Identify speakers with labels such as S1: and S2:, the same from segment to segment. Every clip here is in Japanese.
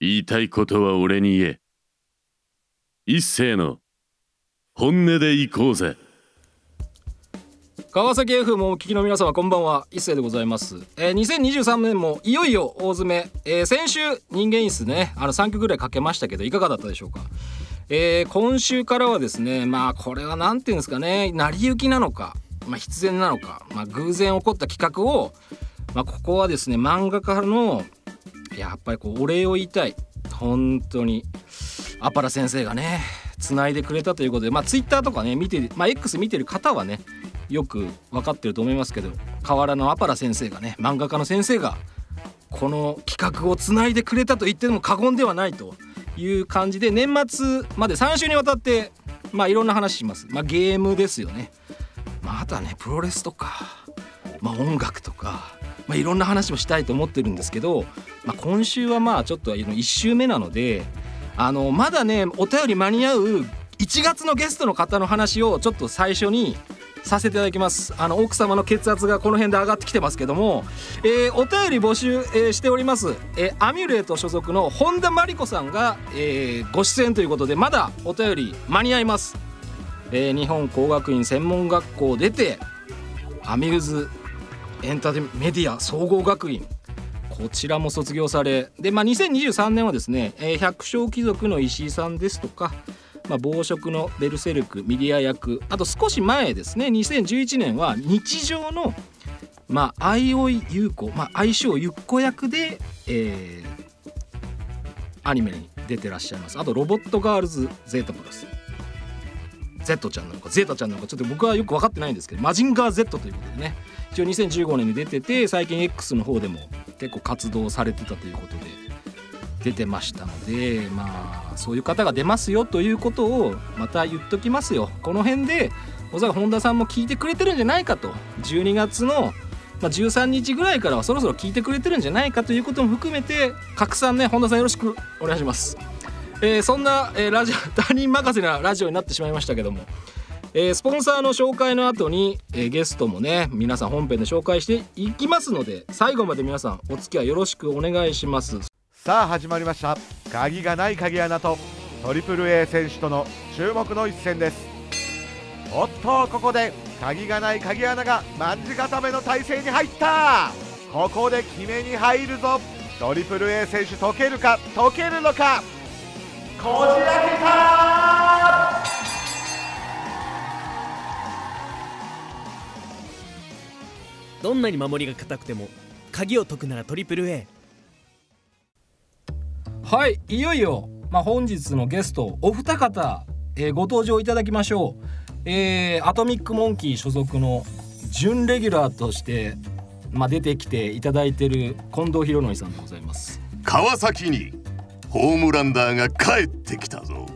S1: 言いたいことは俺に言え。一斉の本音で行こうぜ。
S2: 川崎 F もお聞きの皆様こんばんは一斉でございます、えー、2023年もいよいよ大詰め、えー先週人間椅子ねあの3曲ぐらいかけましたけどいかがだったでしょうか、えー今週からはですねまあこれは何て言うんですかね成り行きなのか、まあ、必然なのか、まあ、偶然起こった企画を、まあ、ここはですね漫画家のやっぱりこうお礼を言いたい本当にアパラ先生がね繋いでくれたということでまあツイッターとかね見て、まあ、X 見てる方はねよく分かってると思いますけど河原のアパラ先生がね漫画家の先生がこの企画をつないでくれたと言っても過言ではないという感じで年末まで3週にわたってまあいろんな話します、まあ、ゲームですよね、まあ、あとはねプロレスとか、まあ、音楽とか、まあ、いろんな話もしたいと思ってるんですけど、まあ、今週はまあちょっとあの1週目なのであのまだねお便り間に合う1月のゲストの方の話をちょっと最初にさせていただきますあの奥様の血圧がこの辺で上がってきてますけども、えーお便り募集、えーしております、えーアミュレート所属の本田真理子さんが、えーご出演ということでまだお便り間に合います、えー日本工学院専門学校を出てアミューズエンターテインメディア総合学院こちらも卒業されで、まあ、2023年はですね、えー百姓貴族の石井さんですとか、まあ、暴食のベルセルクミディア役あと少し前ですね2011年は日常の、まあ、相生優子、まあ、愛称ゆっこ役で、えーアニメに出てらっしゃいますあとロボットガールズゼータプラス Z ちゃんなのかゼータちゃんなのかちょっと僕はよく分かってないんですけどマジンガー Z ということでね一応2015年に出てて最近 X の方でも結構活動されてたということで出てましたのでまあそういう方が出ますよということをまた言っときますよこの辺でおそらく本田さんも聞いてくれてるんじゃないかと12月の、まあ、13日ぐらいからはそろそろ聞いてくれてるんじゃないかということも含めて拡散ね本田さんよろしくお願いします。えーそんな、えーラジオ他人任せなラジオになってしまいましたけども、えースポンサーの紹介の後に、えーゲストもね皆さん本編で紹介していきますので最後まで皆さんお付き合いよろしくお願いします
S3: さあ始まりました鍵がない鍵穴とトリプル a 選手との注目の一戦ですおっとここで鍵がない鍵穴が万字固めの体勢に入ったここで決めに入るぞトリプル a 選手解けるか解けるのかこじ開けた
S4: どんなに守りが固くても鍵を解くならトリプル A
S2: はいいよいよ、まあ、本日のゲストお二方、えーご登場いただきましょう、えーアトミックモンキー所属の準レギュラーとして、まあ、出てきていただいてる近藤博之さんでございます
S5: 川崎にホームランダーが帰ってきたぞ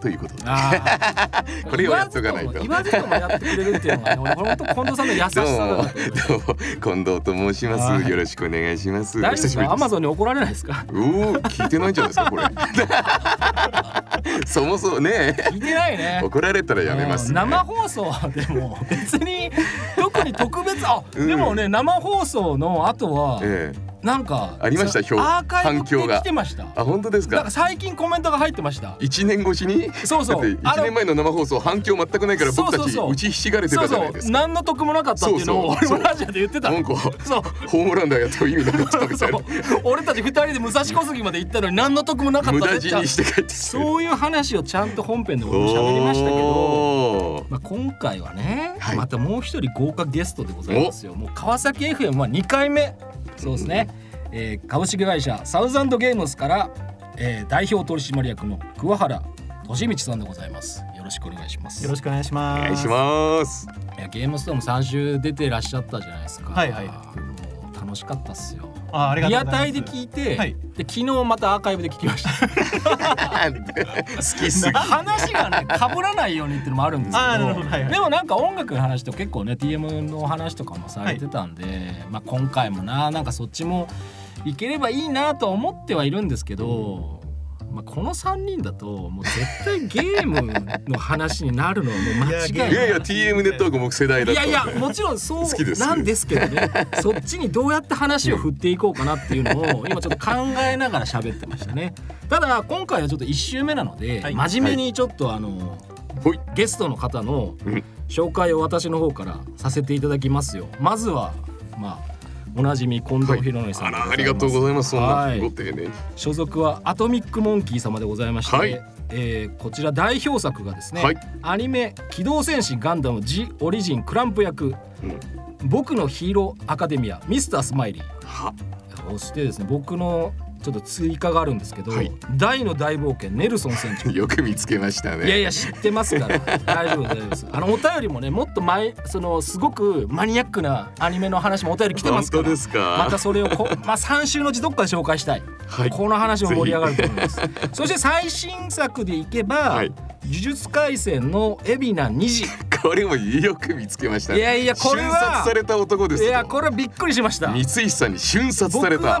S5: ということで
S2: あ ー
S5: これをやっとかないと
S2: 言わずとも言わずともやってくれるっていうのがね俺本当近藤さんの優しさ
S5: どう
S2: だ
S5: もど
S2: なと
S5: うも近藤と申しま
S2: はい
S5: すよろしくお願いします
S2: 大丈夫ですかア
S5: で
S2: マ
S5: す
S2: ゾンに怒られないです か
S5: うお聞いてないんじゃないですかこれ そもそもね
S2: 聞いてないね
S5: 怒られたらやめます、ね、
S2: 生放送でも別 に特に特別あ、
S5: うん
S2: でもね生放送の後は
S5: ええ
S2: なんか
S5: ありました
S2: そ
S5: 表
S2: アーカイブ
S5: 反響
S2: で
S5: が
S2: 来てました
S5: あ本当です
S2: なん
S5: か
S2: か最近コメントが入ってました
S5: 一年越しに
S2: そうそう
S5: だって
S2: あ
S5: 1
S2: の
S5: 年前の生放送反響全くないから僕た
S2: そう
S5: ち
S2: そうそう
S5: 打ちひしがれて
S2: そ
S5: た
S2: う
S5: じゃな
S2: そ
S5: いです
S2: う
S5: か
S2: 何の得もなかったっていうのを
S5: そうそう
S2: 俺もラジオで言ってた
S5: なんか
S2: そ
S5: ホ
S2: う
S5: ームランダーやった意味なかったみた
S2: そ
S5: いうな
S2: 俺たち二人で武蔵小杉まで行ったのに何の得もなかっ
S5: 無
S2: た
S5: 駄
S2: って
S5: 死にして帰ってきて
S2: そういう話をちゃんと本編で俺も喋りましたけど、
S5: おー
S2: まあ、今回はね、
S5: はい
S2: またもう一人豪華ゲストでございますよもう川崎 FM は2回目そうですね、えー株式会社サウザンドゲームスから、えー代表取締役の桑原俊道さんでございますよろしくお願いします
S6: よろしくお願いしま
S5: お
S6: す。
S5: 願いし ます
S2: いやゲームストーム3週出てらっしゃったじゃないですか
S6: はいはい
S2: もう楽しかったっすよ
S6: あ、ありが
S2: リ
S6: とう
S2: ア
S6: ござ
S2: タ
S6: い
S2: イ
S6: ま
S2: で
S6: す。
S2: 聞いて、
S6: はい
S2: で昨日またアーカイブで聞きました
S5: 好きすぎ
S2: 話がねかぶらないようにっていうのもあるんですけ
S6: あーな
S2: ど
S6: るほどはいはい
S2: でもなんか音楽の話と結構ね TM の話とかもされてたんで、まあ、今回もななんかそっちもいければいいなとは思ってはいるんですけど、まあ、この3人だともう絶対ゲームの話になるのはもう間違いない
S7: や
S6: いやいや TM ネットワーク僕世代だ
S2: い
S6: った
S2: や
S6: んで
S2: いやもちろんそう
S6: 好きです
S2: なんですけどねそっちにどうやって話を振っていこうかなっていうのを今ちょっと考えながら喋ってましたねただ今回はちょっと1周目なので、
S7: はい
S2: 真面目にちょっとあの、
S6: ほい
S2: ゲストの方の
S6: うん
S2: 紹介を私の方からさせていただきますよまずはまあおなじみ近藤博之さ
S6: あ
S2: んでございます、
S6: らありがとうございますそん
S2: は
S6: ないご丁寧に
S2: 所属はアトミックモンキー様でございまして、
S6: はい
S2: えーこちら代表作がですね、
S6: はい
S2: アニメ「機動戦士ガンダム G オリジンクランプ役」
S6: うん
S2: 僕のヒーローアカデミアミスタースマイリー
S6: は」
S2: そしてですね僕のちょっと追加があるんですけど、
S6: はい
S2: 大の大冒険ネルソン船 長
S6: よく見つけましたね
S2: いやいや知ってます から大丈夫大丈夫ですあのお便りもねもっと前そのすごくマニアックなアニメの話もお便り来てますか
S6: 本当
S2: ら
S6: ですか
S2: またそれをこ、まあ、3週のうちどっかで紹介したい
S6: はい
S2: この話も盛り上がると思い ます。そして最新作でいけば、
S6: はい
S2: 呪術廻戦の海老名二次。い
S6: これもよく見つけましたね
S2: やいやこれ
S6: 瞬殺
S2: は
S6: さ、れた男です
S2: い
S6: よ
S2: やこれはびっくりしました。
S6: 三石さんに瞬殺され
S2: 僕は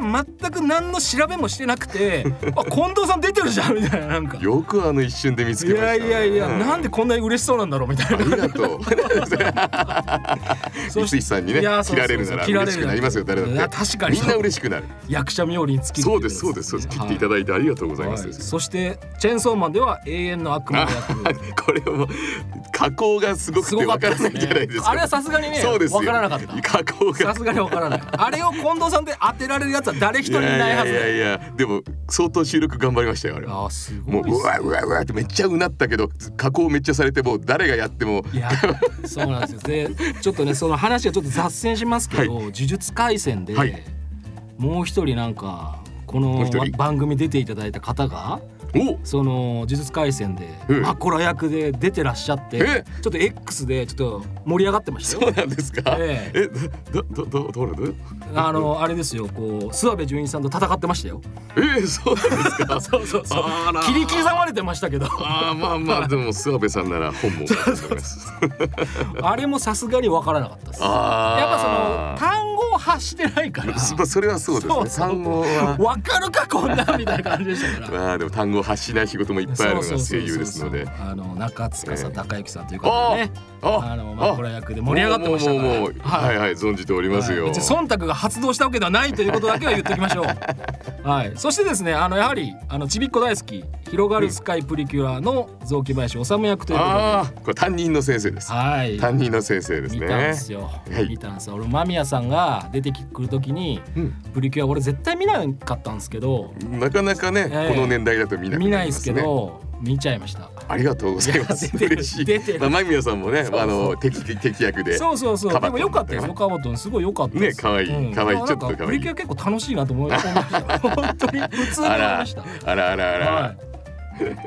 S2: 全
S6: た
S2: く何の調べもしてなくて、あ近藤さん出てるじゃんみたいななんか。
S6: よくあの一瞬で見つ
S2: い
S6: けました
S2: や
S6: ね
S2: いやいや、
S6: うん
S2: なんでこんなに嬉しそうなんだろうみた い
S6: あり
S2: な。
S6: がとう三石さんにね
S2: いやそうそう
S6: 切られるなら
S2: 切られる
S6: 嬉しくなりますよ誰だ
S2: いや
S6: って
S2: 確かに
S6: みんな嬉しくなる
S2: 役者冥利に尽きるって
S6: そ
S2: いうやつね。
S6: ですそうですそうです切ってい
S2: だ
S6: ただいてありがとうございます
S2: そしてチェーンソーマンでは永遠の悪魔の役。
S6: これはもう加工がすごく
S2: す
S6: て
S2: ごか
S6: わ
S2: っ
S6: か
S2: たです
S6: らな
S2: ね
S6: いじゃないですか
S2: あれはさすがにね、
S6: そうですよ
S2: わからなかった。
S6: 加工が
S2: さすがにわからない。あれを近藤さんで当てられるやつは誰一人いないはず
S6: いや
S2: だ
S6: い
S2: よ。
S6: やいやでも相当収録頑張りましたよあれは
S2: あーすご
S6: も
S2: いう
S6: うわうわうわってめっちゃうなったけど加工めっちゃされてもう誰がやっても
S2: いや、そうなんですよ。で、ちょっとね、その話がちょっと脱線しますけど、
S6: はい
S2: 呪術廻戦で、
S6: はい
S2: もう一人なんかこ
S6: もう
S2: の
S6: 一人
S2: 番組出ていただいた方が、
S6: お
S2: その呪術廻戦で、
S6: うん
S2: アコラ役で出てらっしゃって、ち
S6: え
S2: ょっと X でちょっと盛り上がってました
S6: そ
S2: よ
S6: う。なんですか
S2: え
S6: えどどどどうなる
S2: あのあれですよ、こう諏訪部純一さんと戦ってましたよ。
S6: えそうなんです かそうそうそうあら
S2: 切り刻まれてましたけど。
S6: あーまあまあでも諏訪部さんなら本望だと思います
S2: あれもさすがにわからなかったです。やっ
S6: あ
S2: ぱその単語を発してないから。
S6: そのそれはそうです
S2: そう
S6: ね
S2: そう
S6: 単語は
S2: わかるかこんなんみたいな感じでしたから。
S6: まあでも単語を発しない仕事もいっぱいあるのが声優ですので
S2: あの中塚さん、
S6: ええ
S2: 高之さんという方でね、あのまあこれ役で盛り上がってましたか
S6: も
S2: ら。
S6: うもうもうもう
S2: は
S6: はいいはい存じておりますよ、
S2: はい別に忖度が発動したわけではないということだけは言っておきましょう。はい。そしてですね、あのやはりあのちびっこ大好き広がるスカイプリキュラの雑木林治役ということで、
S6: ああこれ担任の先生です
S2: はい。
S6: 担任の先生です
S2: 見たんで
S6: ね
S2: すよ、
S6: はい
S2: 見たんですよ俺間宮さんが出てくる時に、
S6: うん
S2: プリキュア俺絶対見なかったんですけど
S6: なかなかね、
S2: ええ
S6: この年代だと見なく
S2: 見
S6: な
S2: ないで
S6: りますす
S2: け
S6: ね
S2: ど見ちゃいました
S6: ありがとうございます
S2: いや出てる
S6: 嬉しい
S2: 出てる
S6: まあ前宮さんもね
S2: うそう
S6: あの敵敵役で
S2: そうそうそうで
S6: カバトン
S2: も良かったですよカバトンすごい良かったです
S6: ね可愛い可愛い
S2: なん
S6: ちょっと可愛い
S2: プリキュア結構楽しいなと思いま した本当に普通に思いました
S6: あらあらあら、
S2: はい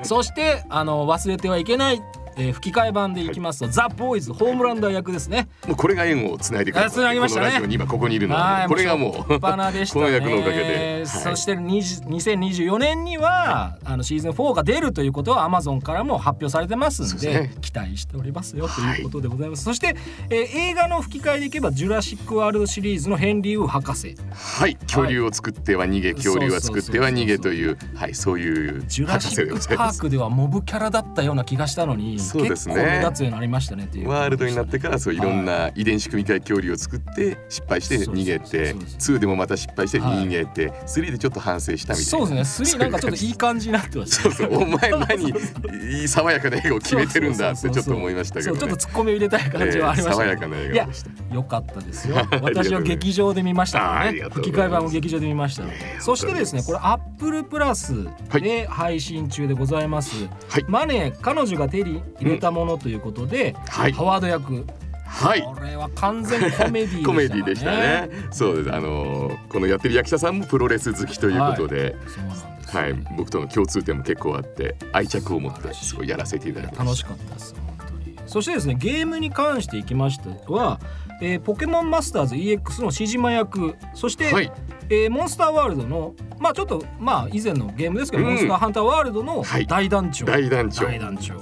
S2: そしてあの忘れてはいけない、えー吹き替え版でいきますと、ザ・ボーイズホームランダー役ですね
S6: もうこれが縁をつないでくれ
S2: あ繋ぎましたね
S6: このラジオに今ここにいるのは
S2: はい
S6: これがもう
S2: しょっぱなで した
S6: この
S2: ね
S6: 役のおかげで、はい
S2: そして20 2024年には、あのシーズン4が出るということは Amazon からも発表されてますん
S6: そう
S2: で
S6: ですね
S2: 期待しておりますよと
S6: はい
S2: いうことでございます、そして、えー映画の吹き替えでいけば「ジュラシック・ワールド」シリーズのヘンリー・ウー博士
S6: はい恐竜を作っては逃げ恐竜は作っては逃げというはいそういう
S2: 「ジュラ
S6: 博
S2: シ
S6: 士でご
S2: ッ
S6: ざ
S2: ク・
S6: い
S2: パ
S6: ま
S2: ー
S6: す
S2: ク」ではモブキャラだったような気がしたのに、
S6: そうです
S2: 結
S6: ね
S2: 構目立つようになりましたねっていう
S6: ワールドになってからそういろんな遺伝子組み換え恐竜を作って失敗して逃げて
S2: そうそうそうそう
S6: 2でもまた失敗して逃げて3でちょっと反省したみたい
S2: そ
S6: な
S2: うですね3なんかちょっといい感じになってました
S6: そうそうお前何いい爽やかな映画を決めてるんだってちょっと思いましたけど、
S2: そう
S6: ね、
S2: ちょっとツッコミを入れたい感じはありました
S6: え
S2: け
S6: え爽や
S2: ど
S6: かない映画
S2: や
S6: でした
S2: 良かったですよ
S6: りがとうご
S2: 私
S6: ざい
S2: は
S6: ます
S2: 劇場で見ましたか
S6: あー
S2: ら
S6: あ
S2: ね
S6: りがとう
S2: 吹
S6: ご
S2: き替
S6: ざいま
S2: え
S6: す
S2: 版も劇場で見ましたそしてですねこれ Apple プラスで配信中でございます、
S6: はい
S2: マネー彼女が手に入れたものということで、
S6: はい
S2: ハワード役
S6: はい
S2: これは完全コメディーでしたね
S6: コメディでしたねそうですあのーこのやってる役者さんもプロレス好きということで、
S2: そうなんですよ
S6: はい僕との共通点も結構あって愛着を持ってすごいやらせていただきま
S2: 楽
S6: し
S2: しかったです本当にそしてですねゲームに関していきましては、えーポケモンマスターズ EX のシジマ役そして、
S6: たはい
S2: えーモンスターワールドのまあちょっとまあ以前のゲームですけど、
S6: うん
S2: モンスターハンターワールドの
S6: はい
S2: 大団長、
S6: 大団長
S2: 大団長
S6: こ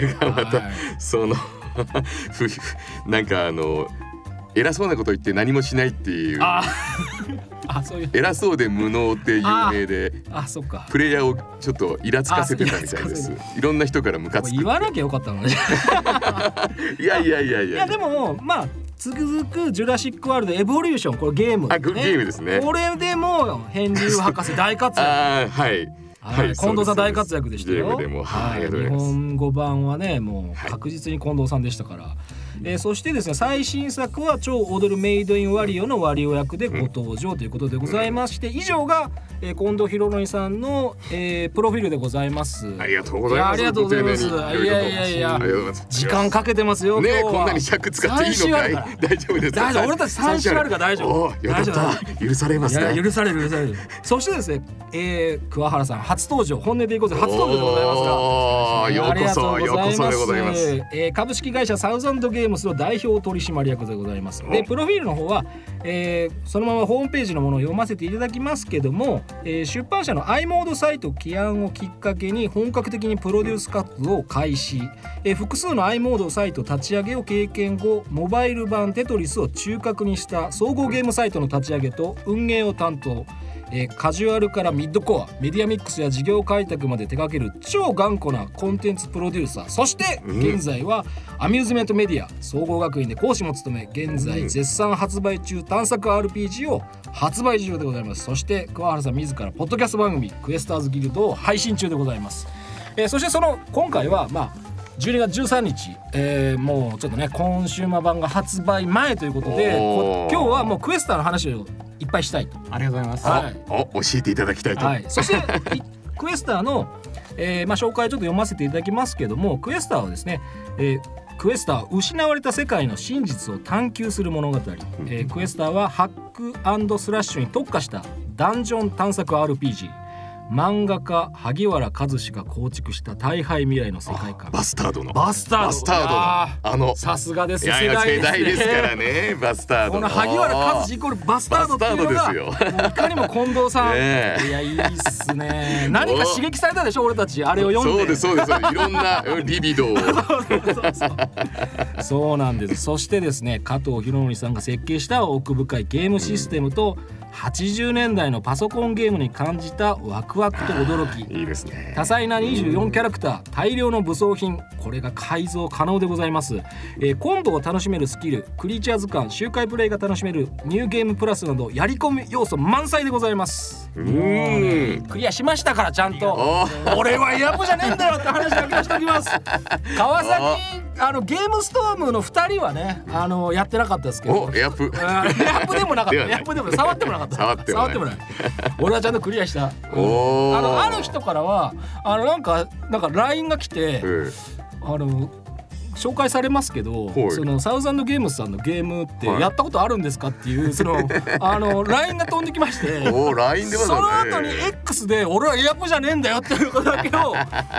S6: れがまた、
S2: はい
S6: そのふなんかあの偉そうなこと言って何もしないっていう
S2: あ あそういう
S6: 偉そうで無能って有名で
S2: あそっか
S6: プレイヤーをちょっとイラつかせてたみたいです
S2: あイ
S6: いろんな人からムカ
S2: もう
S6: つ
S2: 言
S6: く
S2: わなきゃよかったのね
S6: いやいやいやい
S2: い
S6: や
S2: やでもまあ続く「ジュラシック・ワールド・エボリューション」これゲーム、
S6: あこれゲームですね
S2: これでもうヘンリー博士大活躍
S6: あーはい
S2: はい近藤さん大活躍でしたよ。
S6: ゲームでもはいありがとう
S2: 日
S6: ございます
S2: 本語版はねもう
S6: はい
S2: 確実に近藤さんでしたから。えーそしてですね最新作は「超踊るメイド・イン・ワリオ」のワリオ役でご登場ということでございまして、以上が、えー近藤博之さんの、えープロフィールでございます。
S6: ありがとうございます
S2: やありがとうございます。い
S6: ご丁寧に
S2: やいやいや
S6: ありがとうございます
S2: 時間かけてますよ。
S6: ね
S2: 今日は
S6: こんなに尺使っていい
S2: 三
S6: の
S2: 週あ
S6: か
S2: る
S6: い
S2: ら
S6: 大丈夫です
S2: 大丈夫俺たち三週あるから大丈夫
S6: おーよか
S2: 大丈
S6: った許されま
S2: い
S6: す
S2: や
S6: ね
S2: 許される許される。そしてですね、えー、桑原さん初登場本音でいこうぜ初登場でございますが。
S6: おーようこそ
S2: あり
S6: ようこ
S2: がと
S6: そで
S2: う
S6: ご
S2: ござ
S6: ざい
S2: いま
S6: ますす。
S2: えー株式会社サウザンドゲームスの代表取締役でございます。で、
S6: お
S2: プロフィールの方は、えーそのままホームページのものを読ませていただきますけども、えー出版社の i モードサイト起案をきっかけに本格的にプロデュース活動を開始、えー複数の i モードサイト立ち上げを経験後モバイル版テトリスを中核にした総合ゲームサイトの立ち上げと運営を担当えーカジュアルからミッドコアメディアミックスや事業開拓まで手掛ける超頑固なコンテンツプロデューサーそして現在はアミューズメントメディア総合学院で講師も務め現在絶賛発売中探索 RPG を発売中でございますそして桑原さん自らポッドキャスト番組「クエスターズギルド」を配信中でございます、えーそしてその今回はまあ12月13日、えーもうちょっとねコンシューマー版が発売前ということでこ
S6: おー
S2: 今日はもうクエスターの話をいっぱいしたいと
S7: ありがとうございます。
S2: はい
S6: お教えていただきたいと
S2: はい、そしてい クエスターの、えーまあ、紹介ちょっと読ませていただきますけどもクエスターはですね、えークエスター失われた世界の真実を探求する物語、えークエスターはハックスラッシュに特化したダンジョン探索 RPG 漫画家萩原和志が構築した大敗未来の世界観
S6: バスタードの
S2: バスタード
S6: バスタードの
S2: あ
S6: あの
S2: さすがです
S6: いやいや世
S2: 世代
S6: 代
S2: で
S6: ですす
S2: ね
S6: からねバスター ド
S2: この萩原和志イコールバスタードっていうの
S6: バス
S2: が
S6: タードです
S2: もういかにも近藤さん、
S6: ねえ
S2: いやいいっすね何か刺激されたでしょ俺たちあれを読んで
S6: そうですそうですいろんなうんリビドを
S2: そうなんですそしてですね加藤博典さんが設計した奥深いゲームシステムと、80年代のパソコンゲームに感じたワクワクと驚き
S6: いいですね
S2: 多彩な24キャラクター大量の武装品これが改造可能でございます、えー、コンボを楽しめるスキルクリーチャー図鑑周回プレイが楽しめるニューゲームプラスなどやり込み要素満載でございます
S6: う
S2: もうね
S6: ーん
S2: クリアしましたからちゃんと
S6: お
S2: 俺はヤブじゃねえんだよって話だけはしておきます 川崎あのゲームストームの2人はねあのやってなかったですけど
S6: お エアプ
S2: うんヤップでもなかっ
S6: で
S2: た。
S6: はない
S2: ヤップでもない触ってもなかった。
S6: 触ってもない
S2: 触俺はちゃんとクリアした。うん
S6: おー
S2: あのある人からはあのなんかなんか LINE が来て、
S6: うん
S2: あの紹介されますけど、
S6: はい
S2: そのサウザンドゲームズさんのゲームって
S6: はい
S2: やったことあるんですかっていう、そ のあの LINE が飛んできまして。
S6: おー LINE で
S2: その
S6: まだ
S2: 後に
S6: ね
S2: X で俺はエアポじゃねえんだよっていうことだけ を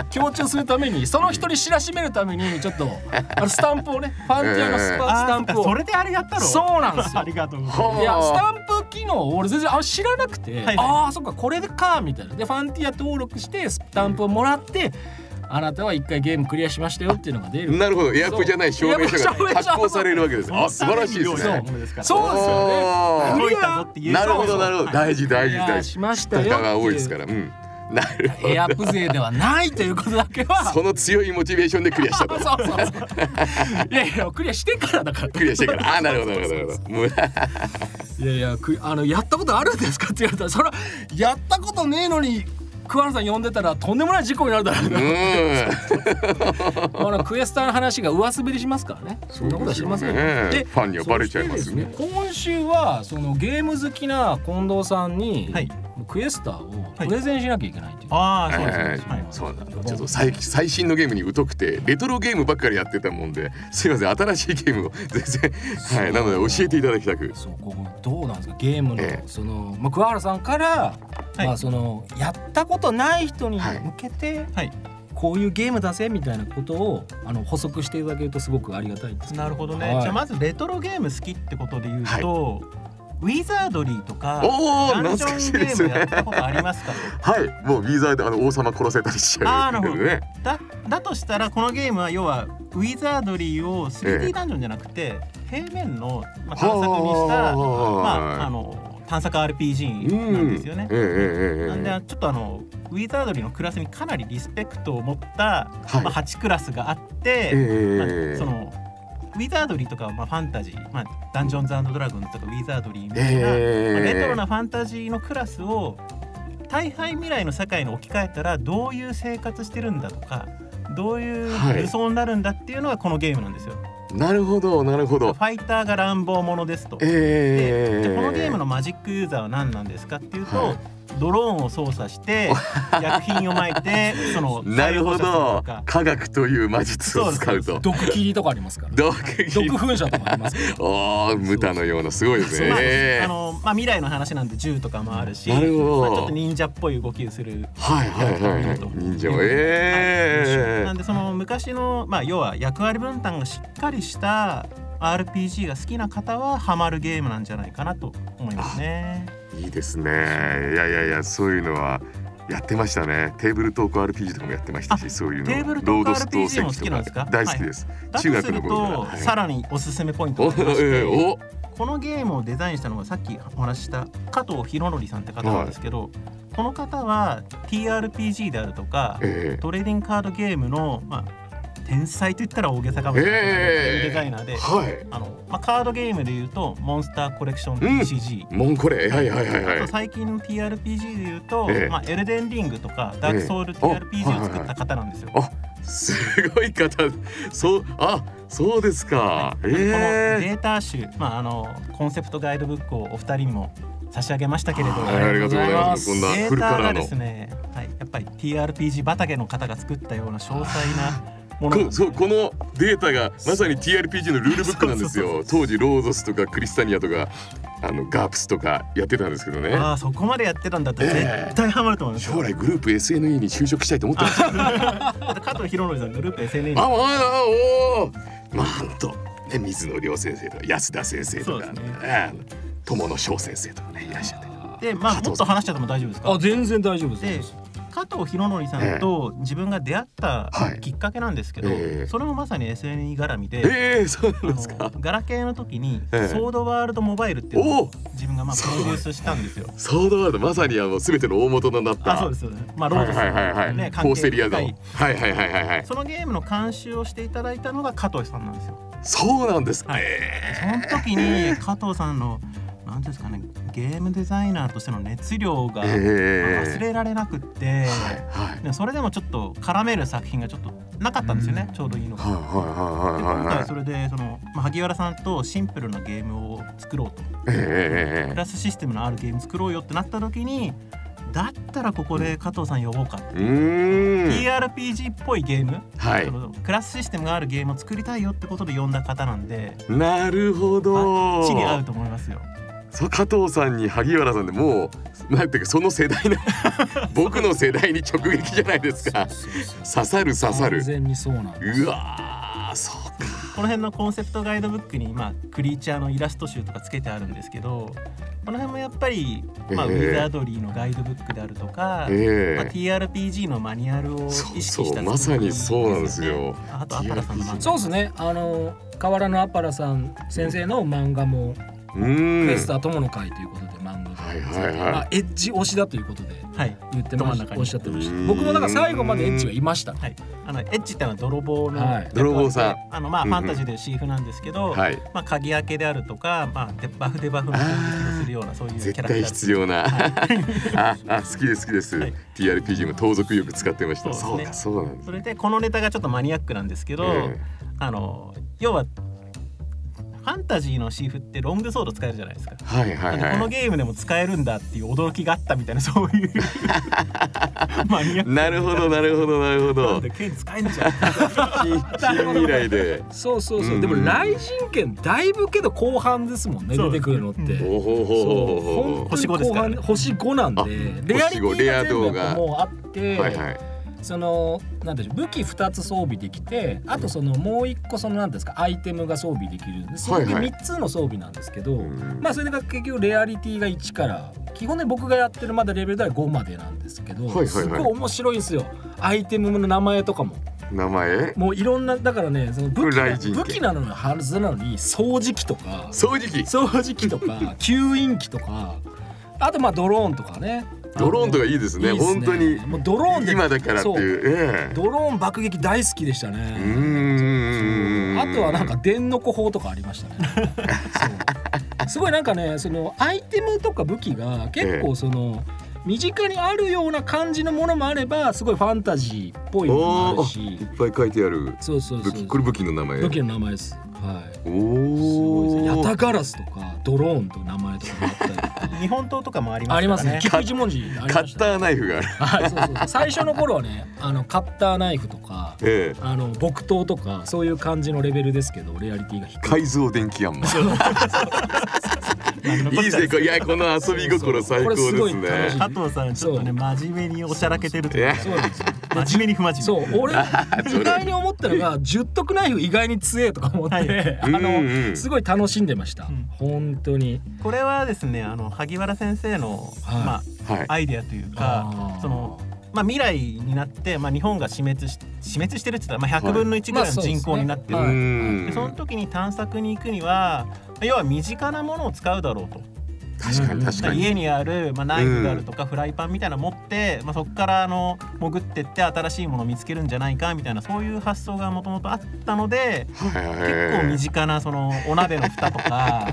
S2: 強調するためにその人に知らしめるためにちょっとあのスタンプをねファンティアのスパースタンプを
S7: それであれやったの。
S2: そうなんですよ
S7: ありがとうございます。
S6: はい
S2: やスタンプ機能俺全然あ知らなくて、
S7: はい
S2: ああそっかこれでかみたいなでファンティア登録してスタンプをもらって、あなたは一回ゲームクリアしましたよっていうのが出る
S6: なるほどエアプじゃない証明書
S2: そうエアプ証明書
S6: が発行されるわけですあ素晴らしいです
S7: そう
S6: ね
S7: ものですから。
S2: そうですよね
S6: おー
S7: 届いたぞっていう。
S6: なるほどなるほど
S7: はい
S6: 大事大
S2: い
S6: 事
S2: や
S6: 大事
S2: しましたよっていう
S6: 人が多いですからうんなるほど
S2: エアプ勢ではないということだけは
S6: その強いモチベーションでクリアしたと
S2: そうそうそういやいや クリアしてからだから
S6: クリアしてからあーなるほどなるほどなるほどもう
S2: いやいやくあのやったことあるんですかって言われたらそれはやったことねえのに桑原さん呼んでたらとんでもない事故になるだろうな
S6: う
S2: このクエスターの話が上滑りしますからねそんなことはしませんよ
S6: そうですよね
S2: で
S6: ファンにはバレちゃいますよね
S2: そしてですね今週はそのゲーム好きな近藤さんに、
S7: はい
S2: クエスターをプレゼンしなきゃいけないっていう、
S7: ああ、そうですね。は
S6: ん
S7: い
S6: そうなんだちょっと最最新のゲームに疎くてレトロゲームばっかりやってたもんですいません新しいゲームを全然はいなので教えていただきたく
S2: そうここどうなんですかゲームの、
S6: ええ
S2: その、まあ、桑原さんから、
S7: い
S2: まあ、そのやったことない人に
S6: はい
S2: 向けて、
S7: はい
S2: こういうゲームだぜみたいなことをあの補足していただけるとすごくありがたいんですけ
S7: なるほどね、
S2: はい
S7: じゃあまずレトロゲーム好きってことで言うと、ウィザードリーとか
S6: お
S7: ダ
S6: ー
S7: ンジ
S6: 懐かしい
S7: ョンゲ
S6: です
S7: ームやっ
S6: ね
S7: たことありますかと
S6: はいもうビーザーであの王様殺せたりしちゃ
S7: あー
S6: う
S7: なるほど
S6: ね
S7: だだとしたらこのゲームは要はウィザードリーを
S6: ええ
S7: 3D ダンジョンじゃなくて、平面の、まあ、探索にした
S6: はー
S7: まああの探索 RPG なんですよね。
S6: ええええ
S7: なん
S6: ええ
S7: でちょっとあのウィザードリーのクラスにかなりリスペクトを持った、
S6: はい
S7: まあ、8クラスがあって、まあ
S6: ええ
S7: そのウィザードリーとかはまあファンタジー、まあ、ダンジョンズドラゴンズとかウィザードリーみたいな、
S6: ええ
S7: まあレトロなファンタジーのクラスを大敗未来の社会に置き換えたらどういう生活してるんだとかどういう武装になるんだっていうのがこのゲームなんですよ。
S6: なるほどなるほど
S7: ファイターが乱暴者ですと。
S6: ええ
S7: でこのゲームのマジックユーザーは何なんですかっていうと、
S6: はい
S7: ドローンを操作して 薬品をまいてその
S6: なるほ
S7: 大量放射する
S6: ど
S7: とか
S6: 科学という魔術を使うと
S2: 毒切りとかありますから
S6: 毒
S2: 毒
S6: 気
S2: 噴射とかありますから
S6: おームタのようなすごいです
S7: そうなんです
S6: ね
S7: あのまあ、未来の話なんで銃とかもあるし
S6: なるほど
S7: まあ、ちょっと忍者っぽい動きをする
S6: はいはいはいはい忍者もえ
S7: なんでその昔の、まあ、要は役割分担がしっかりした RPG が好きな方はハマるゲームなんじゃないかなと思いますね。
S6: えいいですねいやいやいやそういうのはやってましたねテーブルトーク RPG とかもやってましたしそういうの
S7: テーブルト
S6: ロ
S7: ー
S6: ー
S7: ク
S6: ドストー石
S7: RPG も好きなんです
S6: とか
S7: か
S6: 大好きです
S7: だとす
S6: 中
S7: る
S6: 学
S7: と、
S6: の頃からはい
S7: さらにおすすめポイント
S6: お
S7: がありまして
S6: おお
S7: このゲームをデザインしたのがさっきお話しした加藤博則さんって方なんですけど、この方は TRPG であるとか
S6: え
S7: トレーディングカードゲームの、まあ、天才と言ったら大げさかもしれない
S6: ええ
S7: デザイナーで、
S6: えはい
S7: あのまあ、カードゲームでいうとモンスターコレクション
S6: ん
S7: TCG、
S6: モンコレはいはいはい
S7: あ
S6: は
S7: と
S6: い
S7: 最近の TRPG でいうと、
S6: ええ
S7: まあ、エルデンリングとかダークソウル
S6: ええお
S7: TRPG を作った方なんですよ。
S6: いすごい方そうあそうですか
S7: このデ
S6: ええ
S7: ータ集、まあ、あのコンセプトガイドブックをお二人にも差し上げましたけれど
S6: はいありがとうございますこんな
S7: デ
S6: フル
S7: ー
S6: カ
S7: タ
S6: ラ
S7: が
S6: ー
S7: で
S6: の
S7: すね、はい、やっぱり TRPG 畑の方が作ったような詳細なものなん
S6: こ
S7: です
S6: そうこのデータがまさに TRPG のルールブックなんで
S7: そ
S6: す
S7: う
S6: よ当時ローゾスとかクリスタニアとかあのガープスとかやってたんですけどね
S7: ああそこまでやってたんだったら
S6: ええ
S7: 絶対ハマると思いますよ、
S6: 将来グループ SNE に就職したいと思ってましたよ
S7: あと加藤博之さんグループ SNE
S6: あああおおなんと、ね、水野亮先生とか安田先生とか、
S7: そう
S6: ね
S7: ですね
S6: 友野翔先生とかねいらっしゃって
S7: でま
S6: 加
S7: あ
S6: 藤さん
S7: もっと話しちゃっても大丈夫ですか
S2: あ全然大丈夫です
S7: で加藤博之さんと自分が出会った
S6: はい
S7: きっかけなんですけど、
S6: ええ
S7: それもまさに SNE 絡みで、
S6: ええそう
S7: あ
S6: なんですか
S7: のガラケーの時に、
S6: ええ
S7: ソードワールドモバイルっていうの
S6: お
S7: を
S6: お
S7: 自分がまあプロデュースしたんですよ。
S6: ソードワールドまさにあの全ての大元となった
S7: あそうですそうです。まあロ
S6: は
S7: ー
S6: い
S7: ド
S6: はいはいは
S7: さ
S6: い、
S7: んね
S6: フォーセリアの
S7: 関
S6: は
S7: 係
S6: い
S7: 深い
S6: はいはいはいはい
S7: そのゲームの監修をしていただいたのが加藤さんなんですよ。
S6: そうなんですか、
S7: はい
S6: え
S7: その時に加藤さんのなんていうんですかねゲームデザイナーとしての熱量が
S6: え
S7: 忘れられなくって、
S6: はいはい
S7: でそれでもちょっと絡める作品がちょっとなかったんですよね、ちょうどいいのが。
S6: はい
S7: で
S6: はいはい
S7: 今
S6: はいは
S7: 回
S6: い
S7: それでその、まあ、萩原さんとシンプルなゲームを作ろうと
S6: え
S7: プ
S6: ええ
S7: ラスシステムのあるゲーム作ろうよってなった時にだったらここで加藤さん呼ぼうかって、
S6: えうーん
S7: TRPG っぽいゲーム、
S6: はい
S7: そのクラスシステムがあるゲームを作りたいよってことで呼んだ方なんで
S6: なるほど
S7: 地に合うと思いますよ。
S6: そう加藤さんに萩原さんでもうなんていうかその世代 の僕の世代に直撃じゃないですか
S2: そうそうそう
S6: 刺さる刺さる
S2: 完全にそうなんです
S6: うわーそうか
S7: この辺のコンセプトガイドブックに、まあ、クリーチャーのイラスト集とかつけてあるんですけどこの辺もやっぱり、まあ
S6: ええ
S7: ウィザードリーのガイドブックであるとか、まあ、
S6: ええ
S7: TRPG のマニュアルを意識した
S6: そうそうまさにそうなんですよ
S7: あとアパラさんの漫画
S8: そうですねあの河原のアパラさん先生の漫画も
S6: うー
S8: 「
S6: ん
S8: クエスター友の会」ということで漫画が、
S6: はいはい
S8: ま
S6: は
S8: あ、エッジ推しだということで
S7: はい
S8: 言ってま
S7: ど真
S8: し
S7: ん中
S8: た
S7: に
S8: おっしゃってまし
S6: う
S8: た
S6: ん
S8: 僕もだから最後までエッジはいました
S7: はい、あのエッジってのは泥棒の、
S8: はい
S6: 泥棒さん
S7: あのまあ、
S6: うんうん
S7: ファンタジーでいうシーフなんですけ
S6: い
S7: ど、
S6: はい
S7: まあ鍵開けであるとか、まあデバフデバフの攻撃をするようなそういうキャ
S6: 絶
S7: ラクター
S6: 対必要な ああ好きです好きです、
S7: はい
S6: TRPG も盗賊よく使ってましたそ,、
S7: そううですね
S6: かそうなんです
S7: それでこのネタがちょっとマニアックなんですけど、
S6: え
S7: あの要はファンタジーのシーフってロングソード使えるじゃないですか。
S6: えはいはい
S7: なんでこの
S6: は
S7: ゲームでも使えるんだっていう驚きがあったみたいなそう いうマニアッ
S6: い
S7: クな
S6: なるほどなるほどなるほ
S7: なん
S6: ど
S7: で剣使えんじゃん
S6: 近近未来で
S8: そうそうそう、
S6: うん
S8: でも雷神剣だいぶけど後半ですもんね
S7: そ
S8: 出
S7: う
S8: てくるのって、
S7: うん
S6: おほほ
S8: そう
S6: ほほほ
S8: 本当に
S7: 星五です
S8: 後
S7: から
S8: 半
S7: ね
S8: 星5なんでレアリテ
S6: 星五レ
S8: ィ
S6: ア
S8: が全
S6: 動
S8: 部
S6: 画
S8: やっぱもうあって、
S6: はいはい
S8: そのなんでしょう武器2つ装備できてあとそのもう1個そのなんですかアイテムが装備できるんでそれで
S6: はいはい
S8: 3つの装備なんですけど、
S6: うん
S8: まあそれが結局レアリティが1から基本ね僕がやってるまだレベルでは5までなんですけど、
S6: はいはいはい
S8: すごい面白いんですよアイテムの名前とかも
S6: 名前
S2: もういろんなだからねその武器な
S6: 雷神剣
S2: 武器なのにはずなのに掃除機とか
S6: 掃除機
S2: 掃除機 とか吸引機とかあとまあドローンとかね
S6: ドローンとかいいですね
S2: いいっす
S6: 本当に
S2: もうドローンで
S6: 今だからって
S2: そう
S6: いうええ
S2: ドローン爆撃大好きでした
S6: う
S2: ね、
S6: ーん
S2: あとはなんか電のこ砲とかありましたねそうすごいなんかねそのアイテムとか武器が結構その、身近にあるような感じのものもあればすごいファンタジーっぽいものもあるし
S6: いっぱい書いてある
S2: そうそうそ
S6: 武
S2: う
S6: 器これ武器の名前
S2: 武器の名前ですはいすごいです
S6: お
S2: ね
S6: お
S2: ヤタガラスとかドローンと名前とかもあったり
S7: 日本刀とかもあります
S2: あります
S7: から
S2: ね
S7: ね。
S2: 菊一文字あり
S6: カ
S2: ま
S6: ッ
S2: したね
S6: ターナイフがある
S2: はいそうそうそう最初の頃はねあのカッターナイフとか
S6: ええ
S2: あの木刀とかそういう感じのレベルですけどレアリティが低い
S6: 改造電気ヤンマー いいですねこれいやこの遊び心最高ですね
S2: これすごい楽しい
S7: 加藤さんちょっとね真面目におちゃらけてると
S6: い
S7: いう
S6: や
S7: か
S2: そうなんですよ
S7: 真面目に不真面 目
S2: そう俺意外に思ったのが十徳ナイフ意外に強えとか思って、
S7: は
S2: あ
S6: うんう
S2: の
S6: ん
S2: すごい楽しんでました、
S7: ん
S2: 本当に
S7: これはですねあの萩原先生の、
S2: はい
S7: ま
S6: はい
S7: あ、アイデアという
S2: あ
S7: か
S2: ー
S7: その、まあ、未来になって、まあ、日本が死滅し死滅してるって言ったら、まあ、100分の1ぐらいの人口になってる、
S2: まあ
S6: う
S2: そうですねはい
S6: ん
S7: でその時に探索に行くには要は身近なものを使うだろうと
S6: 確かに確かに
S7: 家にある、まあ、ナイフであるとか、フライパンみたいなの持って、まあ、そこからあの潜ってって新しいものを見つけるんじゃないかみたいなそういう発想がもともとあったので
S6: はいはい
S7: 結構身近なそのお鍋の蓋とか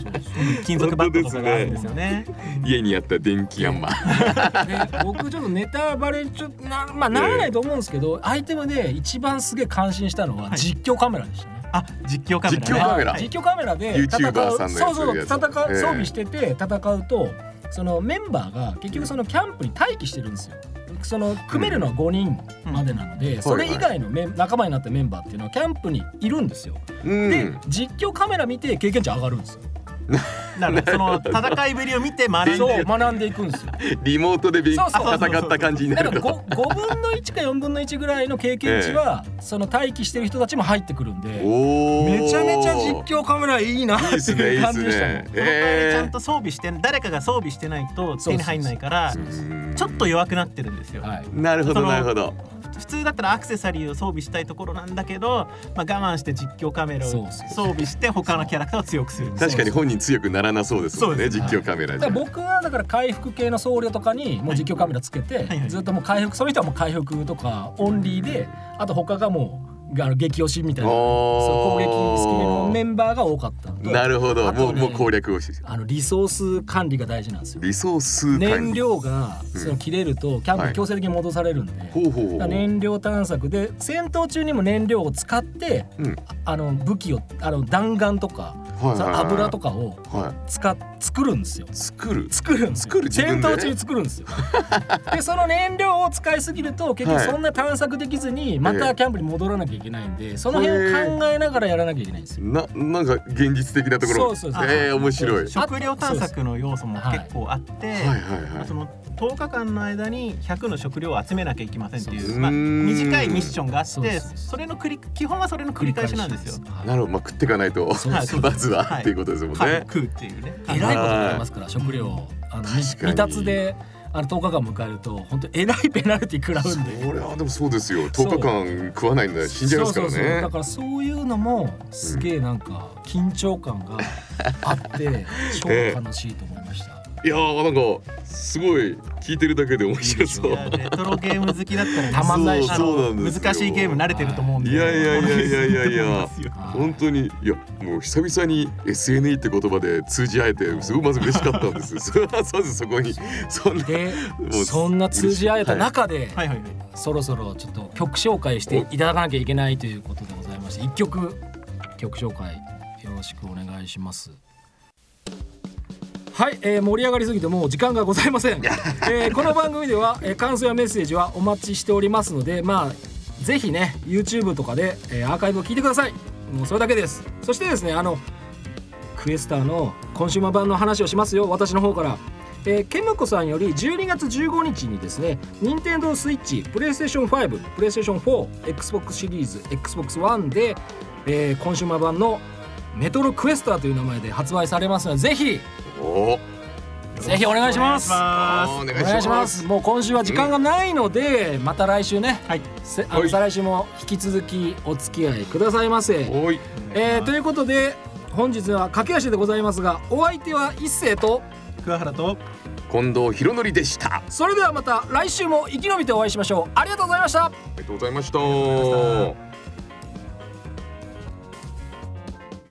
S7: 金属バッグとかがあるんですよね。
S6: 家にあった電気ヤンマー
S2: で僕ちょっとネタバレちょっとな,、まあ、ならないと思うんですけど、アイテムで一番すげえ感心したのは
S7: はい
S2: 実況カメラでしたね。
S7: あ実況カメラ、ね、
S6: 実況カメラ
S7: はい
S2: 実況カメラで
S6: YouTuber さんのやつ
S2: そうそう
S6: やつ
S2: 戦う装
S6: ええ
S2: 備してて戦うとそのメンバーが結局そのキャンプに待機してるんですよ。その組めるのは5人までなので、それ以外のメン仲間になったメンバーっていうのはキャンプにいるんですよ。
S6: うん
S2: で実況カメラ見て経験値上がるんですよ。
S7: なるほどその戦いぶりを見て学ん
S2: そ
S7: で
S2: う学んでいくん ですよ。
S6: リモートで勉
S2: そうそう
S6: 戦った感じにな
S2: だか
S6: る
S2: ら
S6: と
S2: 5, 分の1か4分の1ぐらいの経験値は、その待機してる人たちも入ってくるんで
S6: おー
S2: めちゃめちゃ実況カメラいいなっ
S6: いい
S2: て
S6: ですねい
S2: い
S6: いうで
S2: 感
S6: す
S2: じでしたもん
S6: ね
S7: その代わりちゃ
S6: え
S7: んと装備して誰かが装備してないと手に入んないから
S6: ー
S7: ちょっと弱くなってるんですよ。
S2: はい
S6: なるほ
S7: そ
S6: ど
S7: の
S6: なるほど
S7: 普通だったらアクセサリーを装備したいところなんだけど、まあ、我慢して実況カメラを
S2: そう
S7: 装
S2: そう
S7: 備して他のキャラクターを強くするみたい
S6: 確かに本人強くならなそうですもんね
S7: そ
S6: 実況カメ
S2: だ
S6: ラじ
S2: か
S6: ゃ
S2: ら僕はだから回復系の僧侶とかにもう実況カメラつけて、
S7: はいはい
S2: ずっともう回復その人はもう回復とかオンリーであと他がもうあの激推しみたいなそう攻
S6: お
S2: 撃
S6: ー
S2: 好きのメンバーが多かったのと
S6: なるほど
S2: あと
S6: もう
S2: ね
S6: もう攻略をし
S2: あのリソース管理が大事なんですよ。
S6: リソース管
S2: 燃
S6: 理
S2: 料がその切れるとキャンプに強制的に戻されるんで、
S6: ほうほうほう
S2: だから燃料探索で戦闘中にも燃料を使って、
S6: うん
S2: ああの武器をあの弾丸とか、
S6: はい
S2: そ
S6: はい
S2: の
S6: はい
S2: 油とかを
S6: は
S2: 使っ作るんですよ
S6: い作る
S2: 作るんですよ
S6: 作る自
S2: 戦
S6: 分でね
S2: 闘中に作るんですよ でその燃料を使いすぎると結局
S6: はい
S2: そんな探索できずにま
S6: え
S2: た
S6: え
S2: キャンプに戻らなきゃいけないんでその辺を考えながらやらなきゃいけないんですよ
S6: ななんか現実的なところ
S2: そうそうそう
S6: えー面白い
S2: そう
S7: 食料探索の要素も結構あって、
S6: はいはい
S7: ま
S6: は
S7: あ
S6: い
S7: その10日間の間に100の食料を集めなきゃいけませんって
S6: そう
S7: い
S6: そうう
S7: まあ、
S6: うん
S7: 短いミッションがあって
S2: そうそうそう
S7: それの繰り基本はそれの繰り返しなんですよ。
S2: はい
S6: なるほどまあ食っていかないと
S7: うそうそう
S6: まずは
S7: はい
S6: っていうことですもん
S7: 食う
S6: ね
S7: 食うっていうね
S2: えらいことになりますから食料をあの
S6: 確かに
S2: 未達であの10日間迎えると本当えらいペナルティ食らうんで
S6: これはでもそうですよ
S2: そう
S6: 10日間食わないんだ死んじゃいますから
S2: そうそうそう
S6: ね
S2: だからそういうのもすげえなんか緊張感があ って超楽しいと思いました。
S6: いやーなんかすごい聞いてるだけで面白そ
S7: いうやレトロゲーム好きだったらね
S2: たまんないし
S7: あの
S6: そうなんですよ
S7: 難しいゲーム慣れてると思うんで
S6: いやいやいやいやいやいや
S2: はい
S6: 本当にいやもう久々に SNE って言葉で通じ合えてすごいまず嬉しかったんですそれはまずそこにそんな
S2: で
S6: もう
S2: そんな通じ合えた中で、
S7: はいはいはい
S2: そろそろちょっと曲紹介していただかなきゃいけないということでございまして一曲曲紹介よろしくお願いしますはい、えー盛り上がりすぎてもう時間がございません、えーこの番組では、えー感想やメッセージはお待ちしておりますのでまあぜひね YouTube とかで、えーアーカイブを聞いてくださいもうそれだけですそしてですねあのクエスターのコンシューマー版の話をしますよ私の方から、えー、ケムコさんより12月15日にですね任天堂スイッチプレイステーション5プレイステーション 4XBOX シリーズ XBOX1 で、えー、コンシューマー版のメトロクエスターという名前で発売されますのでぜひ
S6: お
S2: ぜひお願いします
S7: お願いします
S6: お願
S2: お願いしますもう今週は時間がないので、また来週ね、
S7: はい
S2: せあの再来週も引き続きお付き合いくださいませ、
S6: おい
S2: えーということで本日は駆け足でございますがお相手は一斉と
S7: 桑原と
S6: 近藤博則でしたあ
S2: それではまた来週も生き延びてお会いしましょうありがとうございました
S6: りがとうございました